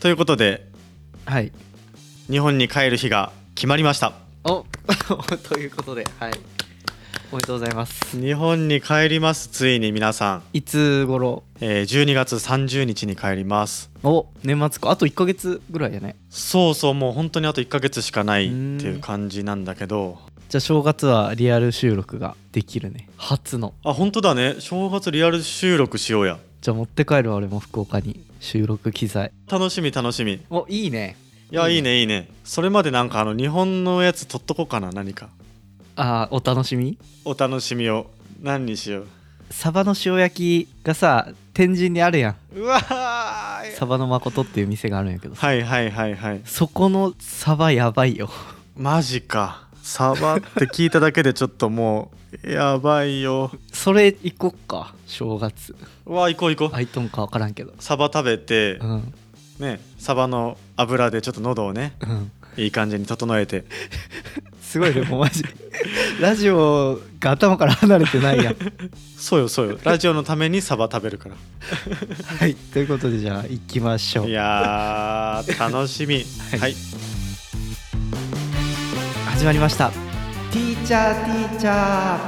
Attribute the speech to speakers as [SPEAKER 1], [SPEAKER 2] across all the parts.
[SPEAKER 1] ということで
[SPEAKER 2] はい
[SPEAKER 1] 日本に帰る日が決まりました
[SPEAKER 2] お ということではいおめでとうございます
[SPEAKER 1] 日本に帰りますついに皆さん、
[SPEAKER 2] いつ頃
[SPEAKER 1] えー12月30日に帰ります
[SPEAKER 2] お年末かあと1ヶ月ぐらいやね
[SPEAKER 1] そうそうもう本当にあと1ヶ月しかないっていううん感じなんだけど
[SPEAKER 2] じゃあ正月はリアル収録ができるね初の
[SPEAKER 1] あ本当だね正月リアル収録しようや
[SPEAKER 2] じゃあ持って帰るわ俺も福岡に収録機材
[SPEAKER 1] 楽しみ楽しみい
[SPEAKER 2] おいいね
[SPEAKER 1] やい
[SPEAKER 2] い
[SPEAKER 1] い
[SPEAKER 2] い
[SPEAKER 1] ねいいねそれまでなんかあの日本のやつ撮っとこうかな何か
[SPEAKER 2] あーお楽しみ
[SPEAKER 1] お楽しみを何にしよう
[SPEAKER 2] サバの塩焼きがさ天神にあるやん
[SPEAKER 1] うわー
[SPEAKER 2] サバの誠っていう店があるんやけどさ
[SPEAKER 1] はいはいはいはい
[SPEAKER 2] そこのサバやばいよ
[SPEAKER 1] マジかサバって聞いただけでちょっともうやばいよ
[SPEAKER 2] それ行こっか正月
[SPEAKER 1] うわ行こう行こう、
[SPEAKER 2] 空いとんか分からんけど
[SPEAKER 1] サバ食べて
[SPEAKER 2] うん
[SPEAKER 1] ねサバの油でちょっと喉をね
[SPEAKER 2] うん
[SPEAKER 1] いい感じに整えて
[SPEAKER 2] すごいねもうマジ ラジオが頭から離れてないやん
[SPEAKER 1] そうよ そうよラジオのためにサバ食べるから
[SPEAKER 2] はいということでじゃあ行きましょう
[SPEAKER 1] いやー楽しみ
[SPEAKER 2] はい
[SPEAKER 1] はい
[SPEAKER 2] 始まりましたティーチャーティーチャ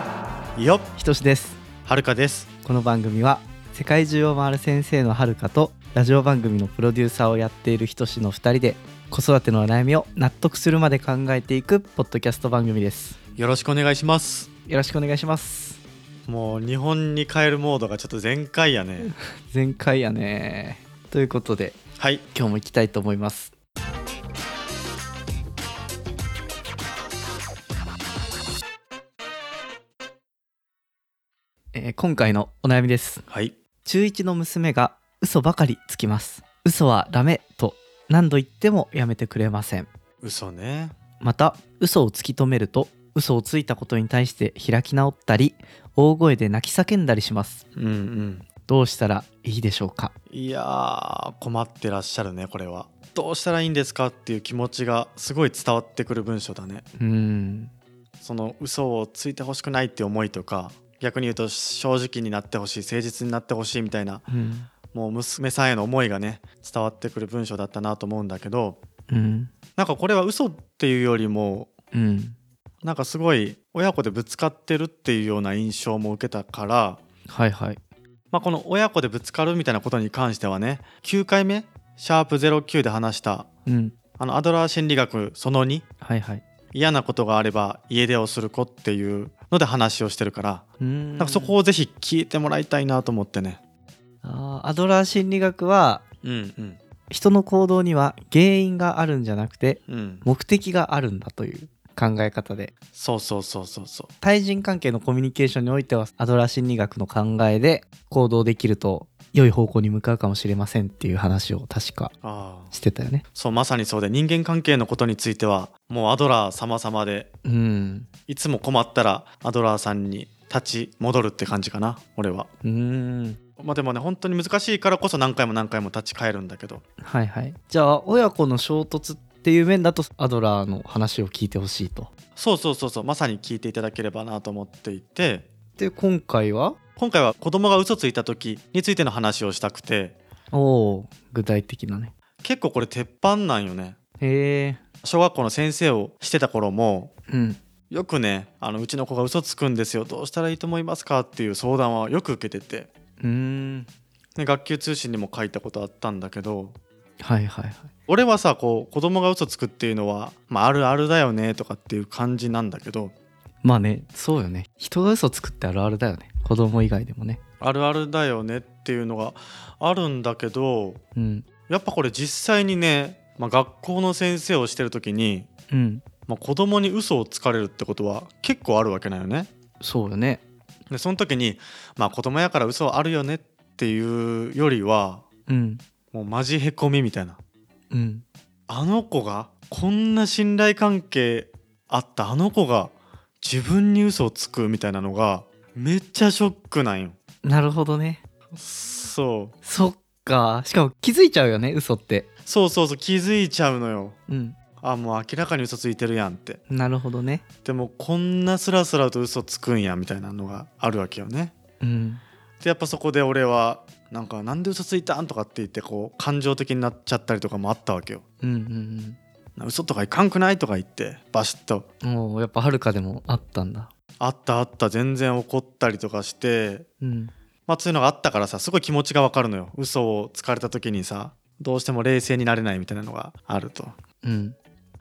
[SPEAKER 2] ー
[SPEAKER 1] よっ
[SPEAKER 2] ひとしです
[SPEAKER 1] はるかです
[SPEAKER 2] この番組は世界中を回る先生のはるかとラジオ番組のプロデューサーをやっているひとしの2人で子育てのお悩みを納得するまで考えていくポッドキャスト番組です
[SPEAKER 1] よろしくお願いします
[SPEAKER 2] よろしくお願いします
[SPEAKER 1] もう日本に帰るモードがちょっと全開やね
[SPEAKER 2] 前回やねということで
[SPEAKER 1] はい
[SPEAKER 2] 今日も行きたいと思いますえー今回のお悩みです
[SPEAKER 1] はい
[SPEAKER 2] 中1の娘が嘘ばかりつきます嘘はダメと何度言ってもやめてくれません
[SPEAKER 1] 嘘ね
[SPEAKER 2] また嘘を突き止めると嘘をついたことに対して開き直ったり大声で泣き叫んだりします
[SPEAKER 1] うんうん
[SPEAKER 2] どうしたらいいでしょうか
[SPEAKER 1] いやー困ってらっしゃるねこれはどうしたらいいんですかっていう気持ちがすごい伝わってくる文章だね
[SPEAKER 2] うーん
[SPEAKER 1] その嘘をついてほしくないって思いとか逆に言うと正直になってほしい誠実になってほしいみたいな
[SPEAKER 2] うん
[SPEAKER 1] もう娘さんへの思いがね伝わってくる文章だったなと思うんだけど
[SPEAKER 2] うん
[SPEAKER 1] なんかこれは嘘っていうよりも
[SPEAKER 2] うん
[SPEAKER 1] なんかすごい親子でぶつかってるっていうような印象も受けたから、
[SPEAKER 2] はいはい
[SPEAKER 1] まあ、この親子でぶつかるみたいなことに関してはね9回目シャープ09で話した
[SPEAKER 2] うん
[SPEAKER 1] あのアドラー心理学その2
[SPEAKER 2] はいはい
[SPEAKER 1] 嫌なことがあれば家出をする子っていうので話をしてるから
[SPEAKER 2] うーん
[SPEAKER 1] なんかそこをぜひ聞いてもらいたいなと思ってね
[SPEAKER 2] あーアドラー心理学は
[SPEAKER 1] うんうん
[SPEAKER 2] 人の行動には原因があるんじゃなくて
[SPEAKER 1] うん
[SPEAKER 2] 目的があるんだという考え方で
[SPEAKER 1] そうそうそうそうそ
[SPEAKER 2] 対人関係のコミュニケーションにおいてはアドラー心理学の考えで行動できると良い方向に向かうかもしれませんっていう話を確か
[SPEAKER 1] うああ
[SPEAKER 2] してたよね
[SPEAKER 1] そうまさにそうで人間関係のことについてはもうアドラー様々で
[SPEAKER 2] うん
[SPEAKER 1] いつも困ったらアドラーさんに立ち戻るって感じかな俺は
[SPEAKER 2] うーん
[SPEAKER 1] まあでもね本当に難しいからこそ何回も何回も立ち返るんだけど
[SPEAKER 2] はいはいじゃあ親子の衝突っていう面だとアドラーの話を聞いてほしいと
[SPEAKER 1] そうそうそうそうまさに聞いていただければなと思っていて
[SPEAKER 2] で今回は
[SPEAKER 1] 今回は子供が嘘ついた時についての話をしたくて
[SPEAKER 2] おお具体的なね
[SPEAKER 1] 結構これ鉄板なんよね
[SPEAKER 2] へえ
[SPEAKER 1] 小学校の先生をしてた頃も
[SPEAKER 2] うん
[SPEAKER 1] よくねあのうちの子が嘘つくんですよどうしたらいいと思いますかっていう相談はよく受けてて、
[SPEAKER 2] うーん
[SPEAKER 1] ね、学級通信にも書いたことあったんだけど
[SPEAKER 2] はいはいはい
[SPEAKER 1] 俺はさこう子供が嘘つくっていうのは、まあ、あるあるだよねとかっていう感じなんだけど
[SPEAKER 2] まあねそうよね人が嘘つくってあるあるだよね子供以外でもね
[SPEAKER 1] あるあるだよねっていうのがあるんだけど
[SPEAKER 2] うん
[SPEAKER 1] やっぱこれ実際にね、まあ、学校の先生をしてる時に、
[SPEAKER 2] うん
[SPEAKER 1] まあ、子供に嘘をつかれるってことは結構あるわけなんよね。
[SPEAKER 2] そうよね
[SPEAKER 1] でその時にまあ子供やから嘘あるよねっていうよりは
[SPEAKER 2] うん
[SPEAKER 1] もうマジへこみみたいな
[SPEAKER 2] うん
[SPEAKER 1] あの子がこんな信頼関係あったあの子が自分に嘘をつくみたいなのがめっちゃショックなんよ
[SPEAKER 2] なるほどね
[SPEAKER 1] そう
[SPEAKER 2] そっかしかも気づいちゃうよね嘘って
[SPEAKER 1] そうそうそう気づいちゃうのよ
[SPEAKER 2] うん
[SPEAKER 1] あもう明らかに嘘ついてるやんって
[SPEAKER 2] なるほどね
[SPEAKER 1] でもこんなスラスラと嘘つくんやみたいなのがあるわけよね
[SPEAKER 2] うん
[SPEAKER 1] でやっぱそこで俺はなんかなんで嘘ついたんとかって言ってこう感情的になっちゃったりとかもあったわけよ
[SPEAKER 2] うんうん
[SPEAKER 1] な嘘とかいかんくないとか言ってバシッと
[SPEAKER 2] うんもうやっぱはるかでもあったんだ
[SPEAKER 1] あったあった全然怒ったりとかして
[SPEAKER 2] うん
[SPEAKER 1] まあそういうのがあったからさすごい気持ちがわかるのよ嘘をつかれた時にさどうしても冷静になれないみたいなのがあると
[SPEAKER 2] うん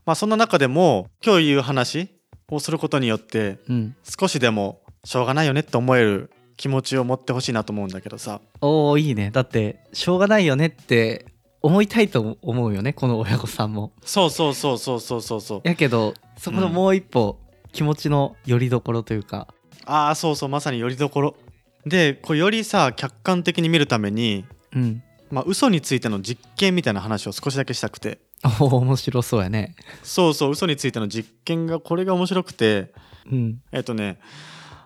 [SPEAKER 1] まあそんな中でも今日言う話をすることによって
[SPEAKER 2] うん
[SPEAKER 1] 少しでもしょうがないよねって思える気持ちを持ってほしいなと思うんだけどさ
[SPEAKER 2] おーいいねだってしょうがないよねって思いたいと思うよねこの親御さんも
[SPEAKER 1] そうそうそうそうそうそうそう
[SPEAKER 2] やけどそこのもう一歩、気持ちのよりどころというか
[SPEAKER 1] ああそうそうまさによりどころでこうよりさ客観的に見るために
[SPEAKER 2] うん
[SPEAKER 1] まあ嘘についての実験みたいな話を少しだけしたくて
[SPEAKER 2] おー面白そうやね
[SPEAKER 1] そうそう嘘についての実験がこれが面白くて
[SPEAKER 2] うん
[SPEAKER 1] えっとね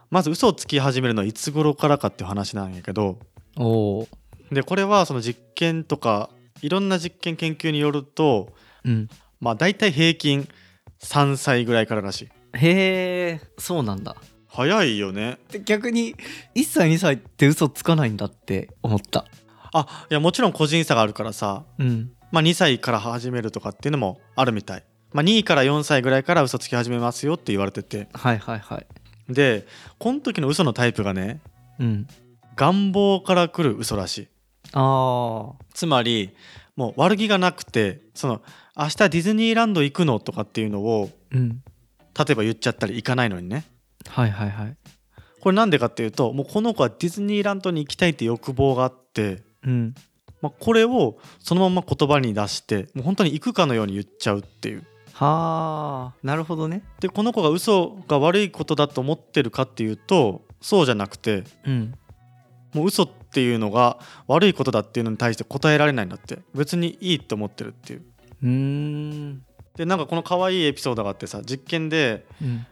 [SPEAKER 1] まず嘘をつき始めるのはいつ頃からかっていう話なんやけど
[SPEAKER 2] おお
[SPEAKER 1] でこれはその実験とかいろんな実験研究によると
[SPEAKER 2] うん
[SPEAKER 1] まあ大体平均3歳ぐらいかららしい
[SPEAKER 2] へえそうなんだ
[SPEAKER 1] 早いよね
[SPEAKER 2] で逆に1歳2歳って嘘つかないんだって思った
[SPEAKER 1] あいやもちろん個人差があるからさ
[SPEAKER 2] うん
[SPEAKER 1] まあ、2歳から始めるとかっていうのもあるみたい、まあ、2から4歳ぐらいから嘘つき始めますよって言われてて
[SPEAKER 2] はいはいはい
[SPEAKER 1] でこの時の嘘のタイプがね
[SPEAKER 2] うん
[SPEAKER 1] 願望から来る嘘らしい
[SPEAKER 2] あ
[SPEAKER 1] つまりもう悪気がなくてその明日ディズニーランド行くのとかっていうのを
[SPEAKER 2] ーうん
[SPEAKER 1] 例えば言っちゃったり行かないのにね
[SPEAKER 2] はいはいはい
[SPEAKER 1] これなんでかっていうともうこの子はディズニーランドに行きたいって欲望があって、
[SPEAKER 2] うん
[SPEAKER 1] まあ、これをそのまま言葉に出してもう本当に行くかのように言っちゃうっていう
[SPEAKER 2] はあなるほどね
[SPEAKER 1] でこの子が嘘が悪いことだと思ってるかっていうとそうじゃなくて
[SPEAKER 2] うん
[SPEAKER 1] もう嘘っていうのが悪いことだっていうのに対して答えられないんだって別にいいと思ってるっていう
[SPEAKER 2] うーん
[SPEAKER 1] でなんかこの可愛いエピソードがあってさ実験で
[SPEAKER 2] うん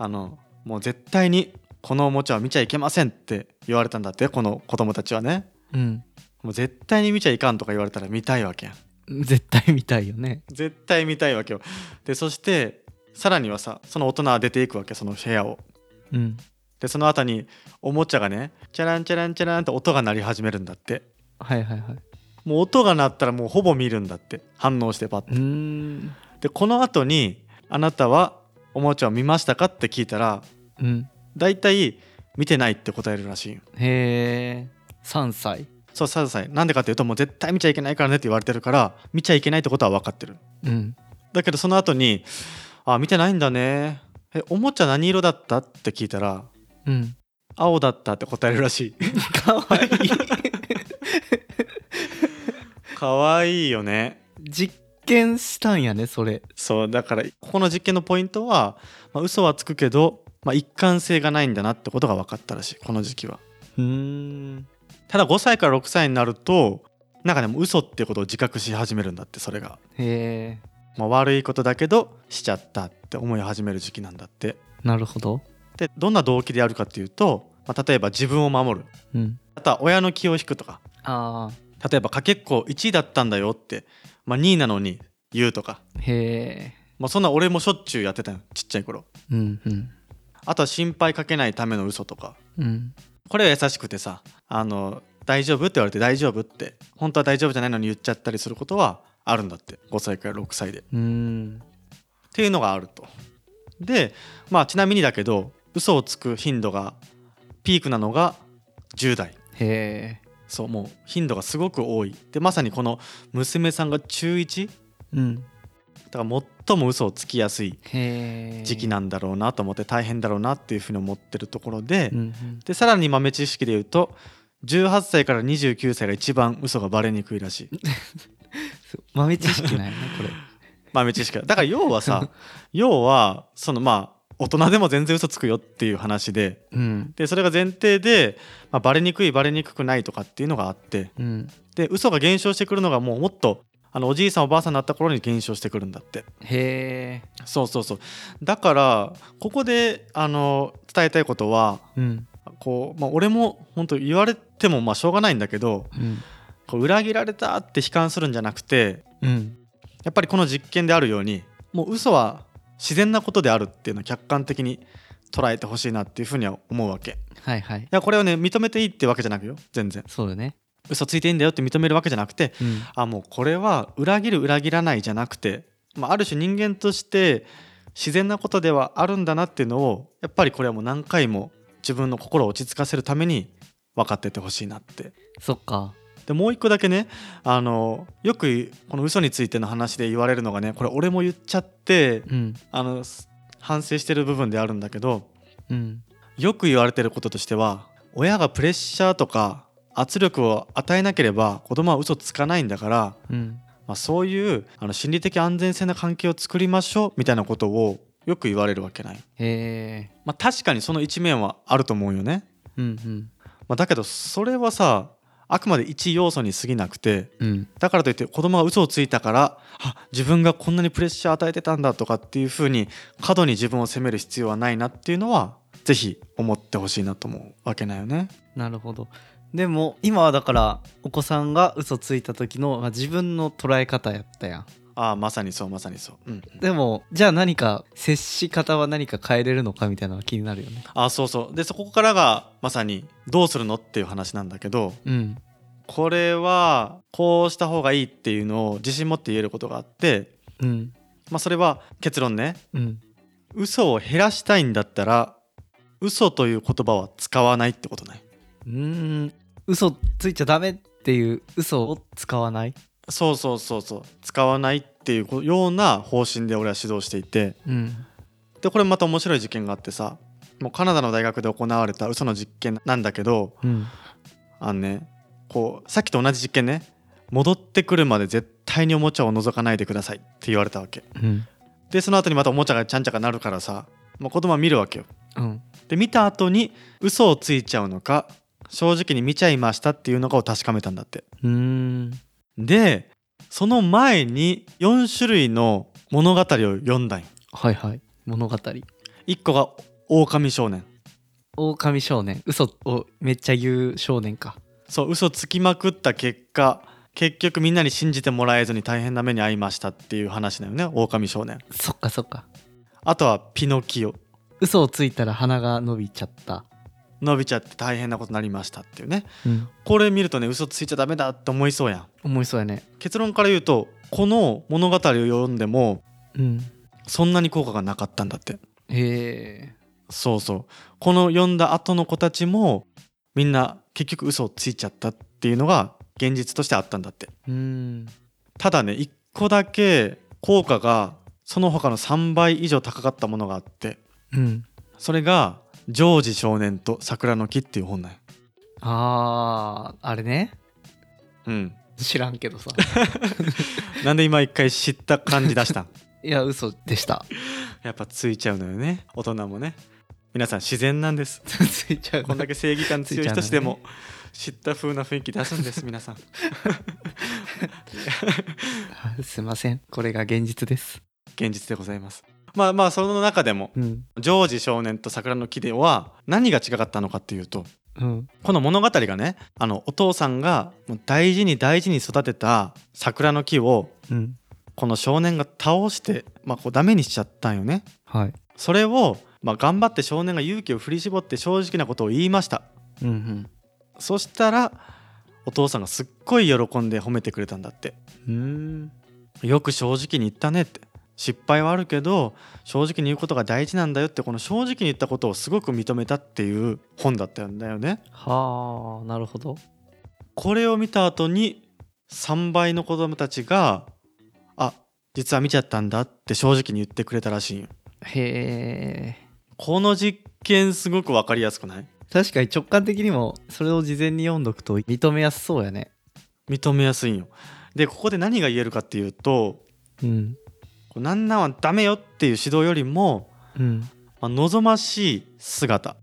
[SPEAKER 1] あのもう絶対にこのおもちゃは見ちゃいけませんって言われたんだってこの子供たちはね
[SPEAKER 2] うん
[SPEAKER 1] もう絶対に見ちゃいかんとか言われたら見たいわけやん
[SPEAKER 2] 絶対見たいよね
[SPEAKER 1] 絶対見たいわけよでそしてさらにはさその大人は出ていくわけその部屋を
[SPEAKER 2] うん
[SPEAKER 1] でその後におもちゃがねチャランチャランチャランって音が鳴り始めるんだって
[SPEAKER 2] はいはいはい
[SPEAKER 1] もう音が鳴ったらもうほぼ見るんだって反応してパッ
[SPEAKER 2] う
[SPEAKER 1] て
[SPEAKER 2] ーん
[SPEAKER 1] でこの後に「あなたはおもちゃを見ましたか?」って聞いたら
[SPEAKER 2] うん
[SPEAKER 1] 大体見てないって答えるらしいよ
[SPEAKER 2] へえ3歳
[SPEAKER 1] そうサザさんなんでかっていうともう絶対見ちゃいけないからねって言われてるから見ちゃいけないってことは分かってる
[SPEAKER 2] うん
[SPEAKER 1] だけどその後に「あ見てないんだねえおもちゃ何色だった?」って聞いたら
[SPEAKER 2] うん
[SPEAKER 1] 「青だった」って答えるらしい
[SPEAKER 2] かわいい
[SPEAKER 1] かわいいよね
[SPEAKER 2] 実験したんやねそれ
[SPEAKER 1] そうだからここの実験のポイントは、まあ、嘘はつくけど、まあ、一貫性がないんだなってことが分かったらしいこの時期は
[SPEAKER 2] うーん
[SPEAKER 1] ただ5歳から6歳になるとなんかでも嘘っていうことを自覚し始めるんだってそれが、
[SPEAKER 2] へえ
[SPEAKER 1] まあ、悪いことだけどしちゃったって思い始める時期なんだって
[SPEAKER 2] なるほど
[SPEAKER 1] でどんな動機でやるかっていうと、まあ、例えば自分を守る
[SPEAKER 2] うん
[SPEAKER 1] あとは親の気を引くとか
[SPEAKER 2] あ
[SPEAKER 1] 例えばかけっこ1位だったんだよって、まあ、2位なのに言うとか、
[SPEAKER 2] ーへえ
[SPEAKER 1] まあ、そんな俺もしょっちゅうやってたよちっちゃい頃
[SPEAKER 2] うんうん
[SPEAKER 1] あとは心配かけないための嘘とか
[SPEAKER 2] うん
[SPEAKER 1] これは優しくてさあの大丈夫って言われて大丈夫って本当は大丈夫じゃないのに言っちゃったりすることはあるんだって5歳から6歳でっ
[SPEAKER 2] うん
[SPEAKER 1] ていうのがあるとでまあちなみにだけど嘘をつく頻度がピークなのが10代
[SPEAKER 2] へえ
[SPEAKER 1] そうもう頻度がすごく多いでまさにこの娘さんが中 1?
[SPEAKER 2] うん
[SPEAKER 1] だから最も嘘をつきやすい
[SPEAKER 2] へえ
[SPEAKER 1] 時期なんだろうなと思って大変だろうなっていうふうに思ってるところで、
[SPEAKER 2] うんうん
[SPEAKER 1] でさらに豆知識で言うと18歳から29歳が一番嘘がバレにくいらしい
[SPEAKER 2] そう豆知識なんやねこれ
[SPEAKER 1] 豆知識だから要は さ要はそのまあ大人でも全然嘘つくよっていう話で
[SPEAKER 2] うん
[SPEAKER 1] でそれが前提で、まあ、バレにくいバレにくくないとかっていうのがあって
[SPEAKER 2] うん
[SPEAKER 1] で嘘が減少してくるのがもうもっとあのおじいさんおばあさんになった頃に減少してくるんだって
[SPEAKER 2] へえ
[SPEAKER 1] そうそうそうだからここであの伝えたいことは
[SPEAKER 2] うん
[SPEAKER 1] こう、まあ、俺も本当言われてもまあしょうがないんだけど
[SPEAKER 2] うん
[SPEAKER 1] こう裏切られたって悲観するんじゃなくて
[SPEAKER 2] うん
[SPEAKER 1] やっぱりこの実験であるようにもう嘘は自然なことであるっていうのを客観的に捉えてほしいなっていうふうには思うわけい
[SPEAKER 2] はいはい
[SPEAKER 1] やこれをね認めていいってわけじゃなくよ全然
[SPEAKER 2] そうだね
[SPEAKER 1] 嘘ついていいんだよって認めるわけじゃなくて
[SPEAKER 2] うん
[SPEAKER 1] あもうこれは裏切る裏切らないじゃなくて、まあ、ある種人間として自然なことではあるんだなっていうのをやっぱりこれはもう何回も自分の心を落ち着かせるために分かってってほしいなって
[SPEAKER 2] そっか
[SPEAKER 1] でもう一個だけねあのよくこの嘘についての話で言われるのがねこれ俺も言っちゃって
[SPEAKER 2] うん
[SPEAKER 1] あのす反省してる部分であるんだけど
[SPEAKER 2] うん
[SPEAKER 1] よく言われてることとしては親がプレッシャーとか圧力を与えなければ子供は嘘つかないんだから、
[SPEAKER 2] うん
[SPEAKER 1] まあ、そういうあの心理的安全性な関係を作りましょうみたいなことをよく言われるわけない、
[SPEAKER 2] へえ
[SPEAKER 1] まあ、確かにその一面はあると思うよね、
[SPEAKER 2] うん
[SPEAKER 1] まあ、だけどそれはさあくまで一要素に過ぎなくて
[SPEAKER 2] うんうん
[SPEAKER 1] だからといって子供が嘘をついたからあ自分がこんなにプレッシャー与えてたんだとかっていうふうに過度に自分を責める必要はないなっていうのはぜひ思ってほしいなと思うわけなんよね。
[SPEAKER 2] なるほどでも今はだからお子さんが嘘ついた時の、まあ、自分の捉え方やったやん
[SPEAKER 1] ああまさにそうまさにそう。うん、
[SPEAKER 2] でもじゃあ何か接し方は何か変えれるのかみたいなのは気になるよね
[SPEAKER 1] ああそうそう。でそこからがまさにどうするのっていう話なんだけど
[SPEAKER 2] うん
[SPEAKER 1] これはこうした方がいいっていうのを自信持って言えることがあって、
[SPEAKER 2] うん
[SPEAKER 1] まあ、それは結論ね
[SPEAKER 2] うん
[SPEAKER 1] 嘘を減らしたいんだったら嘘という言葉は使わないってことね。
[SPEAKER 2] うーん嘘ついちゃダメっていう嘘を使わない
[SPEAKER 1] そうそうそうそう使わないっていうような方針で俺は指導していて
[SPEAKER 2] うん
[SPEAKER 1] でこれまた面白い実験があってさもうカナダの大学で行われた嘘の実験なんだけど
[SPEAKER 2] うん
[SPEAKER 1] あのねこうさっきと同じ実験ね戻ってくるまで絶対におもちゃを覗かないでくださいって言われたわけ
[SPEAKER 2] うん
[SPEAKER 1] でその後にまたおもちゃがちゃんちゃかなるからさ、まあ、子供は見るわけよ
[SPEAKER 2] うん
[SPEAKER 1] で見た後に嘘をついちゃうのか正直に見ちゃいましたっていうのかを確かめたんだって
[SPEAKER 2] うーん
[SPEAKER 1] でその前に4種類の物語を読んだんよ
[SPEAKER 2] はいはい物語
[SPEAKER 1] 1個が「狼少年
[SPEAKER 2] 狼少年嘘をめっちゃ言う少年か」
[SPEAKER 1] そう嘘つきまくった結果結局みんなに信じてもらえずに大変な目に遭いましたっていう話だよね狼少年
[SPEAKER 2] そっかそっか
[SPEAKER 1] あとは「ピノキオ」
[SPEAKER 2] 嘘をついたら鼻が伸びちゃった
[SPEAKER 1] 伸びちゃって大変なことになりましたっていうね
[SPEAKER 2] うん
[SPEAKER 1] これ見るとね嘘ついちゃダメだって思いそうやん
[SPEAKER 2] 思いそうやね
[SPEAKER 1] 結論から言うとこの物語を読んでも
[SPEAKER 2] うん
[SPEAKER 1] そんなに効果がなかったんだって
[SPEAKER 2] へえ
[SPEAKER 1] そうそうこの読んだ後の子たちもみんな結局嘘をついちゃったっていうのが現実としてあったんだって
[SPEAKER 2] うん
[SPEAKER 1] ただね1個だけ効果がその他の3倍以上高かったものがあって
[SPEAKER 2] うん
[SPEAKER 1] それが「ジョージ少年と桜の木」っていう本なんよ
[SPEAKER 2] あーあれね
[SPEAKER 1] うん
[SPEAKER 2] 知らんけどさ
[SPEAKER 1] なんで今一回知った感じ出したん
[SPEAKER 2] いや嘘でした
[SPEAKER 1] やっぱついちゃうのよね大人もね皆さん自然なんです
[SPEAKER 2] ついちゃう
[SPEAKER 1] こんだ
[SPEAKER 2] け
[SPEAKER 1] け正義感強い人しでも知った風な雰囲気出すんです皆さん
[SPEAKER 2] すいませんこれが現実です
[SPEAKER 1] 現実でございますまあまあその中でも
[SPEAKER 2] うん
[SPEAKER 1] ジョージ少年と桜の木では何が違かったのかっていうと
[SPEAKER 2] うん
[SPEAKER 1] この物語がねあのお父さんがもう大事に大事に育てた桜の木を
[SPEAKER 2] うん
[SPEAKER 1] この少年が倒して、まあ、こうダメにしちゃったんよね
[SPEAKER 2] はい
[SPEAKER 1] それを、まあ、頑張って少年が勇気を振り絞って正直なことを言いました
[SPEAKER 2] うんうん
[SPEAKER 1] そしたらお父さんがすっごい喜んで褒めてくれたんだって
[SPEAKER 2] うん
[SPEAKER 1] よく正直に言ったねって失敗はあるけど正直に言うことが大事なんだよってこの正直に言ったことをすごく認めたっていう本だったんだよね
[SPEAKER 2] はあなるほど
[SPEAKER 1] これを見た後に3倍の子供たちが「あ実は見ちゃったんだ」って正直に言ってくれたらしいんよ
[SPEAKER 2] へえ
[SPEAKER 1] この実験すごく分かりやすくない
[SPEAKER 2] 確かに直感的にもそれを事前に読んどくと認めやすそうやね
[SPEAKER 1] 認めやすいんよでここで何が言えるかっていうと
[SPEAKER 2] うん
[SPEAKER 1] 「こうなんなんはダメよ」っていう指導よりも、
[SPEAKER 2] うん
[SPEAKER 1] まあ望ましい姿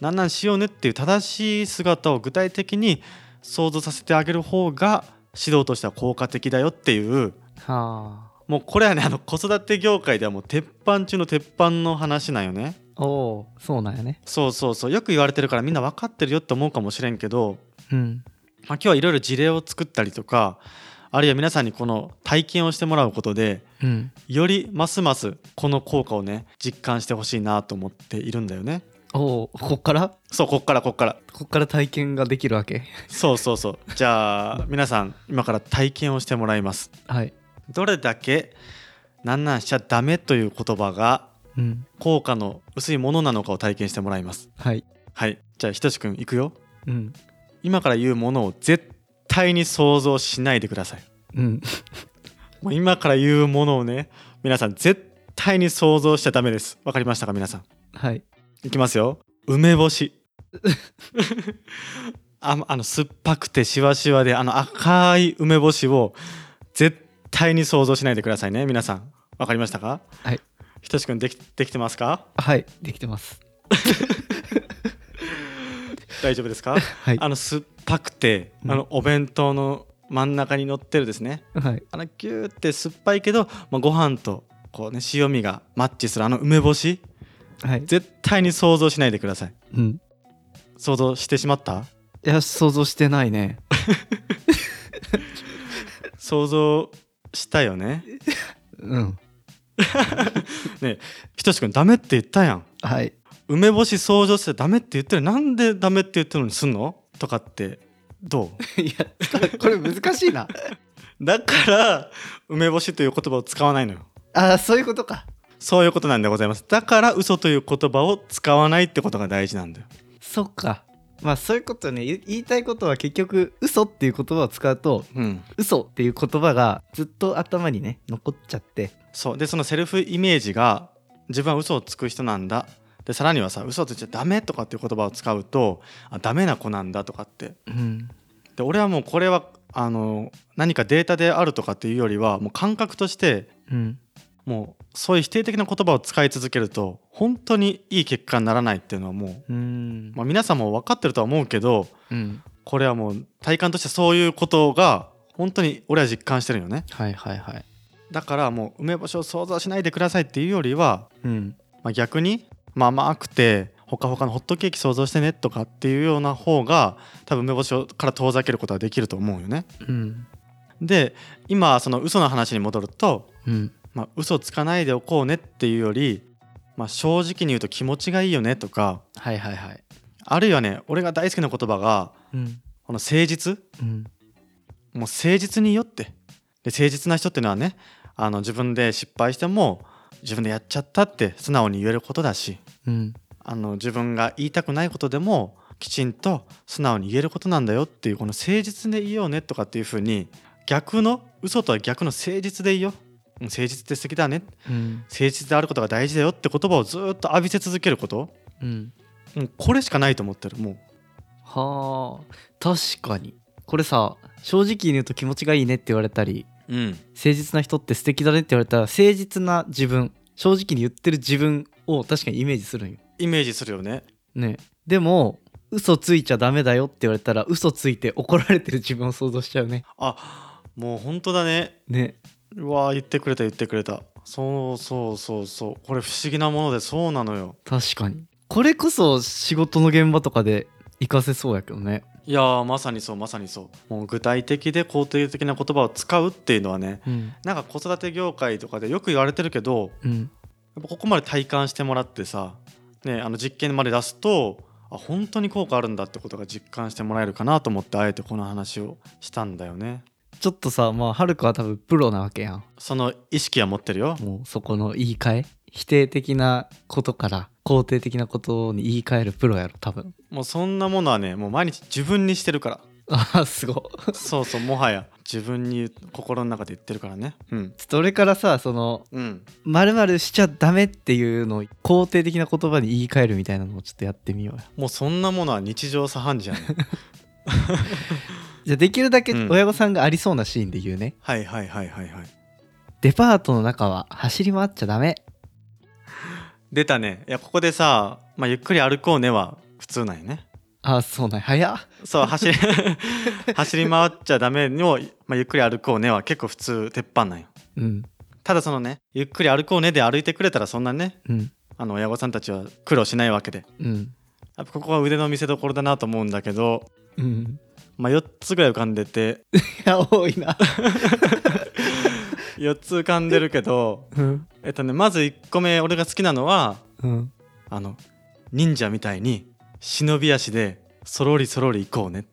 [SPEAKER 1] なんなんしようねっていう正しい姿を具体的に想像させてあげる方が指導としては効果的だよっていう
[SPEAKER 2] は
[SPEAKER 1] もうこれはねあの子育て業界ではもう鉄板中の鉄板の話なんよね
[SPEAKER 2] あおおそうなんやね
[SPEAKER 1] そうそうそうよく言われてるからみんな分かってるよって思うかもしれんけど、
[SPEAKER 2] うん
[SPEAKER 1] まあ、今日はいろいろ事例を作ったりとかあるいは皆さんにこの体験をしてもらうことで
[SPEAKER 2] うん
[SPEAKER 1] よりますますこの効果をね実感してほしいなと思っているんだよね
[SPEAKER 2] おおこっから
[SPEAKER 1] そうこっからこっから
[SPEAKER 2] こっから体験ができるわけ
[SPEAKER 1] そうそうそうじゃあ皆さん今から体験をしてもらいます
[SPEAKER 2] はい
[SPEAKER 1] どれだけなんなんしちゃダメという言葉が
[SPEAKER 2] うん
[SPEAKER 1] 効果の薄いものなのかを体験してもらいます
[SPEAKER 2] はい
[SPEAKER 1] はいじゃあひとしくんいくよ
[SPEAKER 2] うん
[SPEAKER 1] 今から言うものを絶対に想像しないでください
[SPEAKER 2] うん
[SPEAKER 1] もう今から言うものをね皆さん絶対に想像しちゃダメですわかりましたか皆さん
[SPEAKER 2] はい
[SPEAKER 1] いきますよ梅干し ああの酸っぱくてシワシワであの赤い梅干しを絶対に想像しないでくださいね皆さんわかりましたか
[SPEAKER 2] はい
[SPEAKER 1] ひとしくんできできてますか
[SPEAKER 2] はいできてます
[SPEAKER 1] 大丈夫ですか
[SPEAKER 2] はい
[SPEAKER 1] あの酸っぱくて、
[SPEAKER 2] うん
[SPEAKER 1] あのお弁当の真ん中に乗ってるですね
[SPEAKER 2] はい
[SPEAKER 1] あのギューって酸っぱいけど、まあ、ご飯とこうね塩味がマッチするあの梅干し
[SPEAKER 2] はい
[SPEAKER 1] 絶対に想像しないでください
[SPEAKER 2] うん
[SPEAKER 1] 想像してしまった
[SPEAKER 2] いや想像してないね
[SPEAKER 1] 想像したよね
[SPEAKER 2] うん
[SPEAKER 1] ねえひとしくんダメって言ったやん
[SPEAKER 2] はい
[SPEAKER 1] 梅干し想像してダメって言ってるなんでダメって言ってるのにすんのとかってどう
[SPEAKER 2] いやこれ難しいな
[SPEAKER 1] だから梅干しという言葉を使わないのよ
[SPEAKER 2] あそういうことか
[SPEAKER 1] そういうことなんでございますだから嘘という言葉を使わないってことが大事なんだよ
[SPEAKER 2] そっかまあそういうことねい言いたいことは結局嘘っていう言葉を使うと
[SPEAKER 1] うん
[SPEAKER 2] 嘘っていう言葉がずっと頭にね残っちゃって
[SPEAKER 1] そうでそのセルフイメージが自分は嘘をつく人なんだでさらにはさ嘘ついちゃダメとかっていう言葉を使うとあダメな子なんだとかって
[SPEAKER 2] うん
[SPEAKER 1] で俺はもうこれはあの何かデータであるとかっていうよりはもう感覚として
[SPEAKER 2] うん
[SPEAKER 1] もうそういう否定的な言葉を使い続けると本当にいい結果にならないっていうのはも
[SPEAKER 2] うん
[SPEAKER 1] う、まあ、皆さんも分かってるとは思うけど
[SPEAKER 2] うん
[SPEAKER 1] これはもう体感としてそういうことが本当に俺は実感してるよね
[SPEAKER 2] はいはいはい
[SPEAKER 1] だからもう梅干しを想像しないでくださいっていうよりは、
[SPEAKER 2] うん
[SPEAKER 1] まあ、逆に、まあ、甘くてほかほかのホットケーキ想像してねとかっていうような方が多分梅干しをから遠ざけることはできると思うよね
[SPEAKER 2] うん
[SPEAKER 1] で今その嘘の話に戻ると
[SPEAKER 2] うん
[SPEAKER 1] まあ、嘘つかないでおこうねっていうより、まあ、正直に言うと気持ちがいいよねとか
[SPEAKER 2] はいはいはい
[SPEAKER 1] あるいはね俺が大好きな言葉が
[SPEAKER 2] うん
[SPEAKER 1] この誠実
[SPEAKER 2] うん
[SPEAKER 1] もう誠実によってで誠実な人っていうのはねあの自分で失敗しても自分でやっちゃったって素直に言えることだし
[SPEAKER 2] うん
[SPEAKER 1] あの自分が言いたくないことでもきちんと素直に言えることなんだよっていうこの誠実でいようねとかっていうふうに逆の嘘とは逆の誠実でいいようん誠実って素敵だね
[SPEAKER 2] うん
[SPEAKER 1] 誠実であることが大事だよって言葉をずーっと浴びせ続けること
[SPEAKER 2] うん
[SPEAKER 1] もうこれしかないと思ってるもう
[SPEAKER 2] はあ確かにこれさ正直に言うと気持ちがいいねって言われたり
[SPEAKER 1] うん
[SPEAKER 2] 誠実な人って素敵だねって言われたら誠実な自分正直に言ってる自分を確かにイメージするんよ
[SPEAKER 1] イメージするよね
[SPEAKER 2] ねでも嘘ついちゃダメだよって言われたら嘘ついて怒られてる自分を想像しちゃうね
[SPEAKER 1] あもう本当だね
[SPEAKER 2] ね
[SPEAKER 1] うわー言ってくれた言ってくれたそうそうそうそうこれ不思議なものでそうなのよ
[SPEAKER 2] 確かにこれこそ仕事の現場とかで活かせそうやけどね
[SPEAKER 1] いやーまさにそうまさにそうもう具体的で肯定的な言葉を使うっていうのはね
[SPEAKER 2] うん
[SPEAKER 1] なんか子育て業界とかでよく言われてるけど
[SPEAKER 2] うん
[SPEAKER 1] やっぱここまで体感してもらってさ、ね、あの実験まで出すとあ本当に効果あるんだってことが実感してもらえるかなと思ってあえてこの話をしたんだよね
[SPEAKER 2] ちょっとさまあはるかは多分プロなわけやん
[SPEAKER 1] その意識は持ってるよ
[SPEAKER 2] もうそこの言い換え否定的なことから肯定的なことに言い換えるプロやろ多分
[SPEAKER 1] もうそんなものはねもう毎日自分にしてる か
[SPEAKER 2] ああすごっ
[SPEAKER 1] らそうそうもはや自分に心の中で言ってるからねうん
[SPEAKER 2] それからさその
[SPEAKER 1] うん
[SPEAKER 2] 〇〇しちゃダメっていうのを肯定的な言葉に言い換えるみたいなのをちょっとやってみようよ
[SPEAKER 1] もうそんなものは日常茶飯事やね
[SPEAKER 2] じゃあできるだけ
[SPEAKER 1] うん
[SPEAKER 2] 親御さんがありそうなシーンで言うね、
[SPEAKER 1] はいはいはいはいはい
[SPEAKER 2] デパートの中は走り回っちゃダメ
[SPEAKER 1] 出たねいやここでさ、まあ、ゆっくり歩こうねは普通なんよね
[SPEAKER 2] ああそうなんや早っ
[SPEAKER 1] そう走り 走り回っちゃダメにも、まあ、ゆっくり歩こうねは結構普通鉄板なんよ
[SPEAKER 2] うん
[SPEAKER 1] ただそのねゆっくり歩こうねで歩いてくれたらそんなね
[SPEAKER 2] うん
[SPEAKER 1] あの親御さんたちは苦労しないわけで
[SPEAKER 2] うん
[SPEAKER 1] やっぱここは腕の見せ所だなと思うんだけど、
[SPEAKER 2] うん
[SPEAKER 1] まあ、4つぐらい浮かんでて
[SPEAKER 2] いや多いな
[SPEAKER 1] 4つ浮かんでるけど
[SPEAKER 2] うん
[SPEAKER 1] えっとねまず1個目俺が好きなのは
[SPEAKER 2] うん
[SPEAKER 1] あの忍者みたいに忍び足でそろりそろり行こうねっ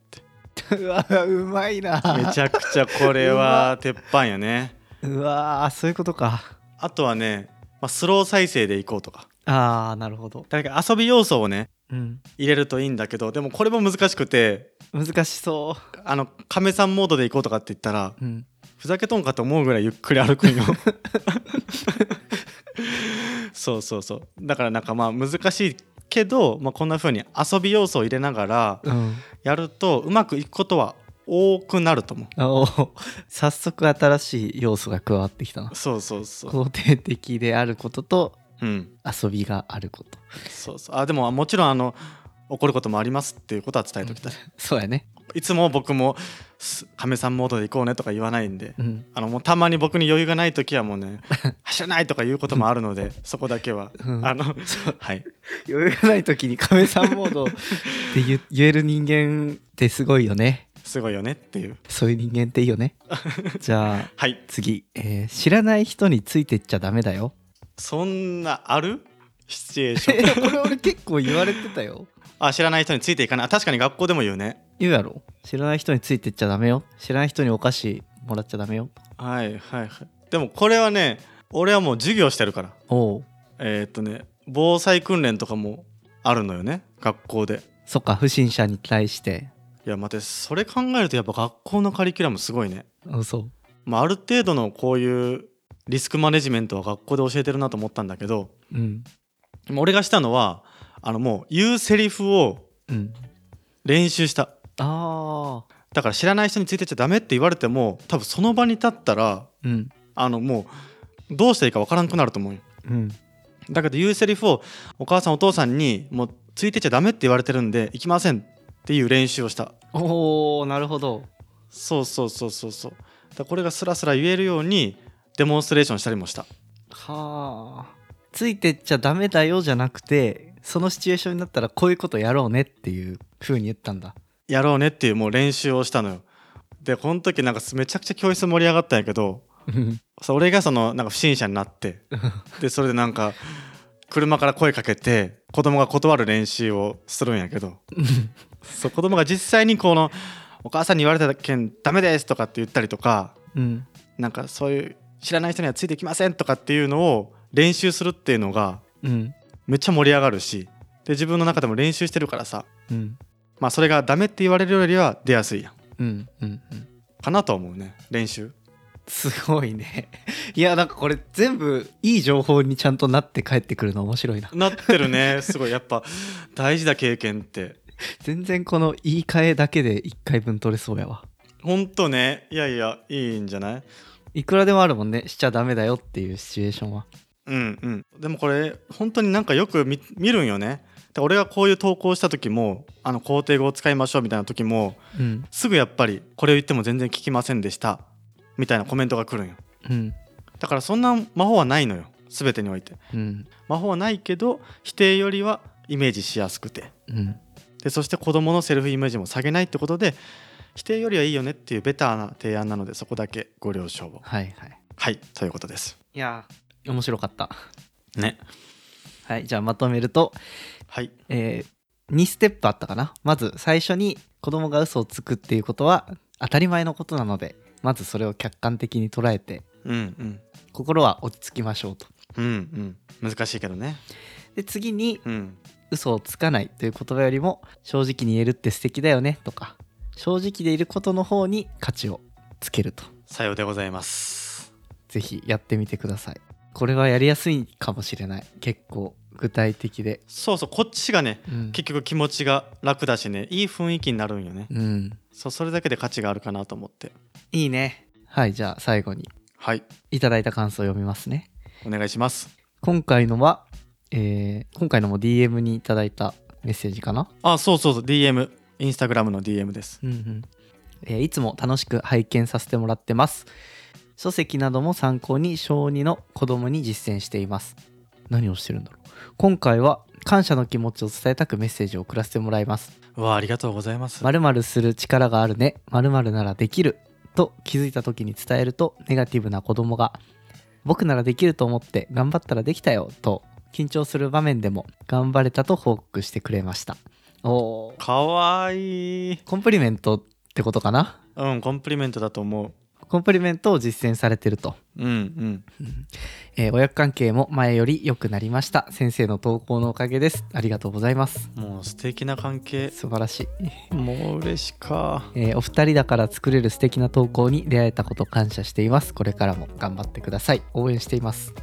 [SPEAKER 1] て
[SPEAKER 2] うわうまいな
[SPEAKER 1] めちゃくちゃこれは鉄板やね
[SPEAKER 2] うわそういうことか
[SPEAKER 1] あとはね、まあ、スロー再生で行こうとか
[SPEAKER 2] あーなるほど、
[SPEAKER 1] だから遊び要素をね
[SPEAKER 2] うん、
[SPEAKER 1] 入れるといいんだけどでもこれも難しくて
[SPEAKER 2] 難しそ
[SPEAKER 1] あの亀さんモードで行こうとかって言ったら
[SPEAKER 2] う、うん、
[SPEAKER 1] ふざけとんかと思うぐらいゆっくり歩くんよそうそうそうだからなんかまあ難しいけど、まあ、こんな風に遊び要素を入れながら
[SPEAKER 2] うん、
[SPEAKER 1] やるとうまくいくことは多くなると思
[SPEAKER 2] あお早速新しい要素が加わってきたな
[SPEAKER 1] うそうそうそう、
[SPEAKER 2] 肯定的であることと
[SPEAKER 1] うん、
[SPEAKER 2] 遊びがあること
[SPEAKER 1] そうそうあでももちろんあの怒ることもありますっていうことは伝えときたい、
[SPEAKER 2] そうやね
[SPEAKER 1] いつも僕もす亀さんモードで行こうねとか言わないんで
[SPEAKER 2] うん
[SPEAKER 1] あのもうたまに僕に余裕がない時はもう ね走らないとか言うこともあるので そこだけは、
[SPEAKER 2] うん
[SPEAKER 1] あのはい
[SPEAKER 2] 余裕がない時に亀さんモードって 言言える人間ってすごいよね
[SPEAKER 1] すごいよねっていう
[SPEAKER 2] そういう人間っていいよ ねじゃあ
[SPEAKER 1] はい
[SPEAKER 2] 次、えー知らない人についてっちゃダメだよ
[SPEAKER 1] そんなあるシチュエーシ
[SPEAKER 2] こ
[SPEAKER 1] ョン
[SPEAKER 2] れ俺結構言われてたよ
[SPEAKER 1] あ知らない人についていかないあ確かに学校でも言うね
[SPEAKER 2] 言うやろ知らない人についてっちゃダメよ知らない人にお菓子もらっちゃダメよ
[SPEAKER 1] はいはいはいでもこれはね俺はもう授業してるから
[SPEAKER 2] おう
[SPEAKER 1] えー、っとね防災訓練とかもあるのよね学校で
[SPEAKER 2] そっか不審者に対して
[SPEAKER 1] いや待ってそれ考えるとやっぱ学校のカリキュラムすごいね、
[SPEAKER 2] うんそう
[SPEAKER 1] まあ、ある程度のこういうリスクマネジメントは学校で教えてるなと思ったんだけど
[SPEAKER 2] うん
[SPEAKER 1] でも俺がしたのはあのもう言うセリフを
[SPEAKER 2] うん
[SPEAKER 1] 練習した
[SPEAKER 2] ああ
[SPEAKER 1] だから知らない人についてっちゃダメって言われても多分その場に立ったら
[SPEAKER 2] うん
[SPEAKER 1] あのもうどうしていいかわからなくなると思うよ
[SPEAKER 2] うん
[SPEAKER 1] だけど言うセリフをお母さんお父さんにもうついてっちゃダメって言われてるんで行きませんっていう練習をした
[SPEAKER 2] おおなるほど
[SPEAKER 1] そうそうそうそうそうだからこれがスラスラ言えるようにデモンストレーションしたりもした
[SPEAKER 2] はあついてっちゃダメだよじゃなくてそのシチュエーションになったらこういうことやろうねっていう風に言ったんだ
[SPEAKER 1] やろうねっていうもう練習をしたのよでこの時なんかめちゃくちゃ教室盛り上がったんやけど
[SPEAKER 2] うん
[SPEAKER 1] そ俺がそのなんか不審者になってでそれでなんか車から声かけて子供が断る練習をするんやけどそう子供が実際にこの「お母さんに言われたけんダメです」とかって言ったりとか
[SPEAKER 2] うん
[SPEAKER 1] なんかそういう知らない人にはついてきませんとかっていうのを練習するっていうのが
[SPEAKER 2] うん
[SPEAKER 1] めっちゃ盛り上がるしで自分の中でも練習してるからさ
[SPEAKER 2] うん
[SPEAKER 1] まあそれがダメって言われるよりは出やすいやん
[SPEAKER 2] うんうんうん
[SPEAKER 1] かなとは思うね練習
[SPEAKER 2] すごいねいやなんかこれ全部いい情報にちゃんとなって帰ってくるの面白いな
[SPEAKER 1] なってるねすごいやっぱ大事だ経験って
[SPEAKER 2] 全然この言い換えだけで1回分取れそうやわ
[SPEAKER 1] ほんとねいやいやいいんじゃない
[SPEAKER 2] いくらでもあるもんねしちゃダメだよっていうシチュエーションは
[SPEAKER 1] うんうんでもこれ本当になんかよく見見るんよねで俺がこういう投稿した時もあの肯定語を使いましょうみたいな時も
[SPEAKER 2] うん
[SPEAKER 1] すぐやっぱりこれを言っても全然聞きませんでしたみたいなコメントが来るんよ
[SPEAKER 2] うん
[SPEAKER 1] だからそんな魔法はないのよ全てにおいて
[SPEAKER 2] うん
[SPEAKER 1] 魔法はないけど否定よりはイメージしやすくて
[SPEAKER 2] うん
[SPEAKER 1] でそして子どものセルフイメージも下げないってことで否定よりはいいよねっていうベターな提案なのでそこだけご了承を
[SPEAKER 2] はいはい
[SPEAKER 1] はいということです
[SPEAKER 2] いや面白かった
[SPEAKER 1] ね
[SPEAKER 2] はいじゃあまとめると
[SPEAKER 1] はい
[SPEAKER 2] えー、2ステップあったかなまず最初に子供が嘘をつくっていうことは当たり前のことなのでまずそれを客観的に捉えて
[SPEAKER 1] うんうん
[SPEAKER 2] 心は落ち着きましょうと
[SPEAKER 1] うんうん難しいけどね
[SPEAKER 2] で次に
[SPEAKER 1] うん
[SPEAKER 2] 嘘をつかないという言葉よりも正直に言えるって素敵だよねとか正直でいることの方に価値をつけると
[SPEAKER 1] さようでございます
[SPEAKER 2] ぜひやってみてくださいこれはやりやすいかもしれない結構具体的で
[SPEAKER 1] そうそうこっちがね
[SPEAKER 2] うん、
[SPEAKER 1] 結局気持ちが楽だしねいい雰囲気になるんよね
[SPEAKER 2] うん、
[SPEAKER 1] そうそれだけで価値があるかなと思って
[SPEAKER 2] いいねはいじゃあ最後に
[SPEAKER 1] はい
[SPEAKER 2] いただいた感想を読みますね
[SPEAKER 1] お願いします
[SPEAKER 2] 今回のは、えー今回のも DM にいただいたメッセージかな、
[SPEAKER 1] あそうそうそう DM インスタグラムの DM です
[SPEAKER 2] うんうんえーいつも楽しく拝見させてもらってます書籍なども参考に小児の子供に実践しています何をしてるんだろう今回は感謝の気持ちを伝えたくメッセージを送らせてもらいます
[SPEAKER 1] うわありがとうございます
[SPEAKER 2] 〇〇する力があるね〇〇ならできると気づいた時に伝えるとネガティブな子供が僕ならできると思って頑張ったらできたよと緊張する場面でも頑張れたと報告してくれましたおー
[SPEAKER 1] かわいい
[SPEAKER 2] コンプリメントってことかな
[SPEAKER 1] うんコンプリメントだと思
[SPEAKER 2] コンプリメントを実践されてると、
[SPEAKER 1] ううんうん
[SPEAKER 2] えー親子関係も前より良くなりました先生の投稿のおかげですありがとうございます
[SPEAKER 1] もう素敵な関係
[SPEAKER 2] 素晴らしい、
[SPEAKER 1] もう嬉しか
[SPEAKER 2] えーお二人だから作れる素敵な投稿に出会えたこと感謝していますこれからも頑張ってください応援しています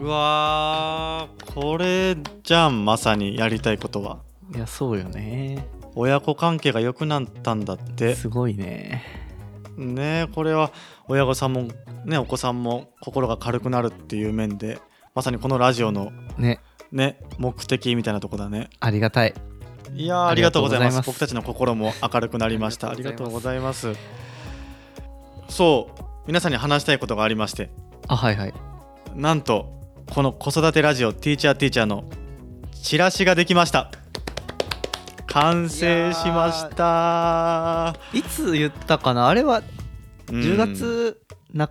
[SPEAKER 1] うわーこれじゃんまさにやりたいことはい
[SPEAKER 2] やそうよね
[SPEAKER 1] 親子関係が良くなったんだって
[SPEAKER 2] すごいね
[SPEAKER 1] ねえこれは親御さんもねお子さんも心が軽くなるっていう面でまさにこのラジオの
[SPEAKER 2] ね
[SPEAKER 1] ね目的みたいなとこだね
[SPEAKER 2] ありがたい
[SPEAKER 1] いやー
[SPEAKER 2] あ
[SPEAKER 1] あ
[SPEAKER 2] り
[SPEAKER 1] り
[SPEAKER 2] が
[SPEAKER 1] が
[SPEAKER 2] と
[SPEAKER 1] と
[SPEAKER 2] う
[SPEAKER 1] う
[SPEAKER 2] ご
[SPEAKER 1] ご
[SPEAKER 2] ざ
[SPEAKER 1] ざ
[SPEAKER 2] い
[SPEAKER 1] い
[SPEAKER 2] ま
[SPEAKER 1] ますす僕たちの心も明るくなりましたありがとうございますそう皆さんに話したいことがありまして
[SPEAKER 2] あはいはい
[SPEAKER 1] なんとこの子育てラジオティーチャーティーチャーのチラシができました完成しました
[SPEAKER 2] いつ言ったかなあれは
[SPEAKER 1] うん
[SPEAKER 2] 10月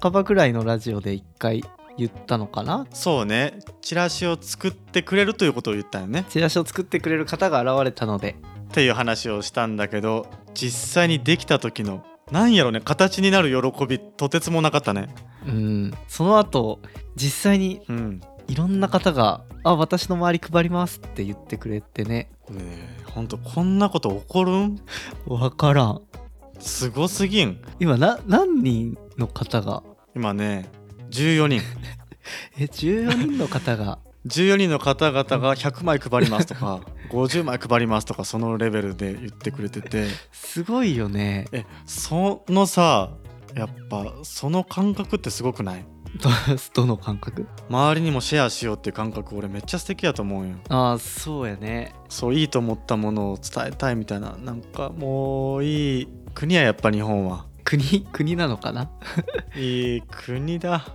[SPEAKER 2] 半ばぐらいのラジオで1回言ったのかな
[SPEAKER 1] そうねチラシを作ってくれるということを言ったよね
[SPEAKER 2] チラシを作ってくれる方が現れたので
[SPEAKER 1] っていう話をしたんだけど実際にできた時のなんやろね形になる喜びとてつもなかったね
[SPEAKER 2] うんその後実際に
[SPEAKER 1] うんね
[SPEAKER 2] いろんな方が「あ私の周り配ります」って言ってくれてね
[SPEAKER 1] えほんとこんなこと起こるん
[SPEAKER 2] わからん
[SPEAKER 1] すごすぎん
[SPEAKER 2] 今な何人の方が
[SPEAKER 1] 今ね14人
[SPEAKER 2] え14人の方が
[SPEAKER 1] 14人の方々が100枚配りますとか50枚配りますとかそのレベルで言ってくれてて
[SPEAKER 2] すごいよね
[SPEAKER 1] えそのさやっぱその感覚ってすごくない
[SPEAKER 2] どどの感覚
[SPEAKER 1] 周りにもシェアしようっていう感覚俺めっちゃ素敵やと思うよ
[SPEAKER 2] ああそうやね
[SPEAKER 1] そういいと思ったものを伝えたいみたいななんかもういい国ややっぱ日本は
[SPEAKER 2] 国国なのかな
[SPEAKER 1] いい国だ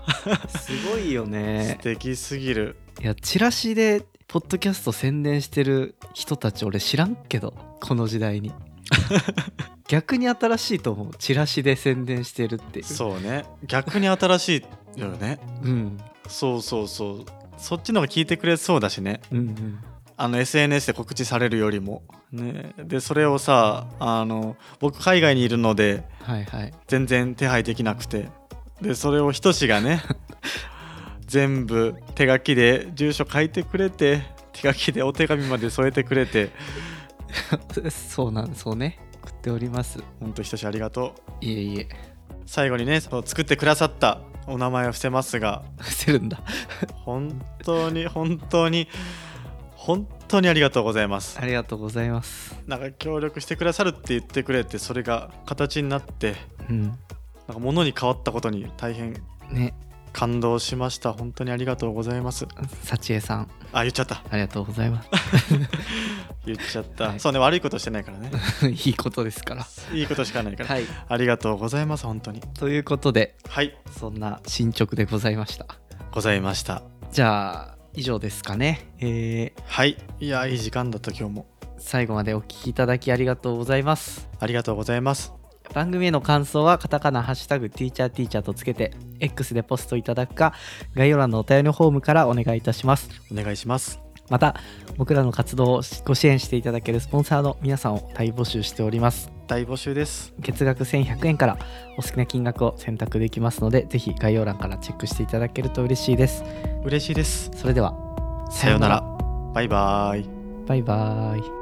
[SPEAKER 2] すごいよ
[SPEAKER 1] 素
[SPEAKER 2] ね
[SPEAKER 1] 敵すぎる
[SPEAKER 2] いやチラシでポッドキャスト宣伝してる人たち俺知らんけどこの時代 に逆に新しいと思うチラシで宣伝してるってう
[SPEAKER 1] そうね逆に新しいよね
[SPEAKER 2] うん
[SPEAKER 1] そうそうそうそっちの方が聞いてくれそうだしね
[SPEAKER 2] うんうん
[SPEAKER 1] あの SNS で告知されるよりも、ね、でそれをさあの僕海外にいるので
[SPEAKER 2] はいはい
[SPEAKER 1] 全然手配できなくてでそれをひとしがね全部手書きで住所書いてくれて手書きでお手紙まで添えてくれて
[SPEAKER 2] そうなんそうね送っております
[SPEAKER 1] ほんとひとしありがとう
[SPEAKER 2] いえいえ
[SPEAKER 1] 最後にねその作ってくださったお名前を伏せますが
[SPEAKER 2] 伏せるんだ
[SPEAKER 1] 本当に本当に本当にありがとうございます
[SPEAKER 2] ありがとうございます
[SPEAKER 1] なんか協力してくださるって言ってくれてそれが形になって
[SPEAKER 2] うん
[SPEAKER 1] なんか物に変わったことに大変
[SPEAKER 2] ね
[SPEAKER 1] 感動しました。本当にありがとうございます。
[SPEAKER 2] 幸恵さん
[SPEAKER 1] あ、言っちゃった。
[SPEAKER 2] ありがとうございます
[SPEAKER 1] 言っちゃった。
[SPEAKER 2] はい
[SPEAKER 1] そうね、悪いことしてないからね。
[SPEAKER 2] いいことですから
[SPEAKER 1] いいことしかないから。
[SPEAKER 2] はい
[SPEAKER 1] ありがとうございます。本当に。
[SPEAKER 2] ということで
[SPEAKER 1] はい、
[SPEAKER 2] そんな進捗でございました
[SPEAKER 1] ございました。
[SPEAKER 2] じゃあ以上ですかねえー、
[SPEAKER 1] はい、いや、いい時間だった。今日も。
[SPEAKER 2] 最後までお聞きいただきありがとうございます
[SPEAKER 1] ありがとうございます。
[SPEAKER 2] 番組への感想はカタカナ「ハッシュタグティーチャーティーチャー」とつけて X でポストいただくか概要欄のお便りフォームからお願いいたします
[SPEAKER 1] お願いします。
[SPEAKER 2] また僕らの活動をご支援していただけるスポンサーの皆さんを大募集しております
[SPEAKER 1] 大募集です。
[SPEAKER 2] 月額1100円からお好きな金額を選択できますのでぜひ概要欄からチェックしていただけると嬉しいです
[SPEAKER 1] 嬉しいです。
[SPEAKER 2] それでは
[SPEAKER 1] さようなら。バイバイ。
[SPEAKER 2] バイバーイ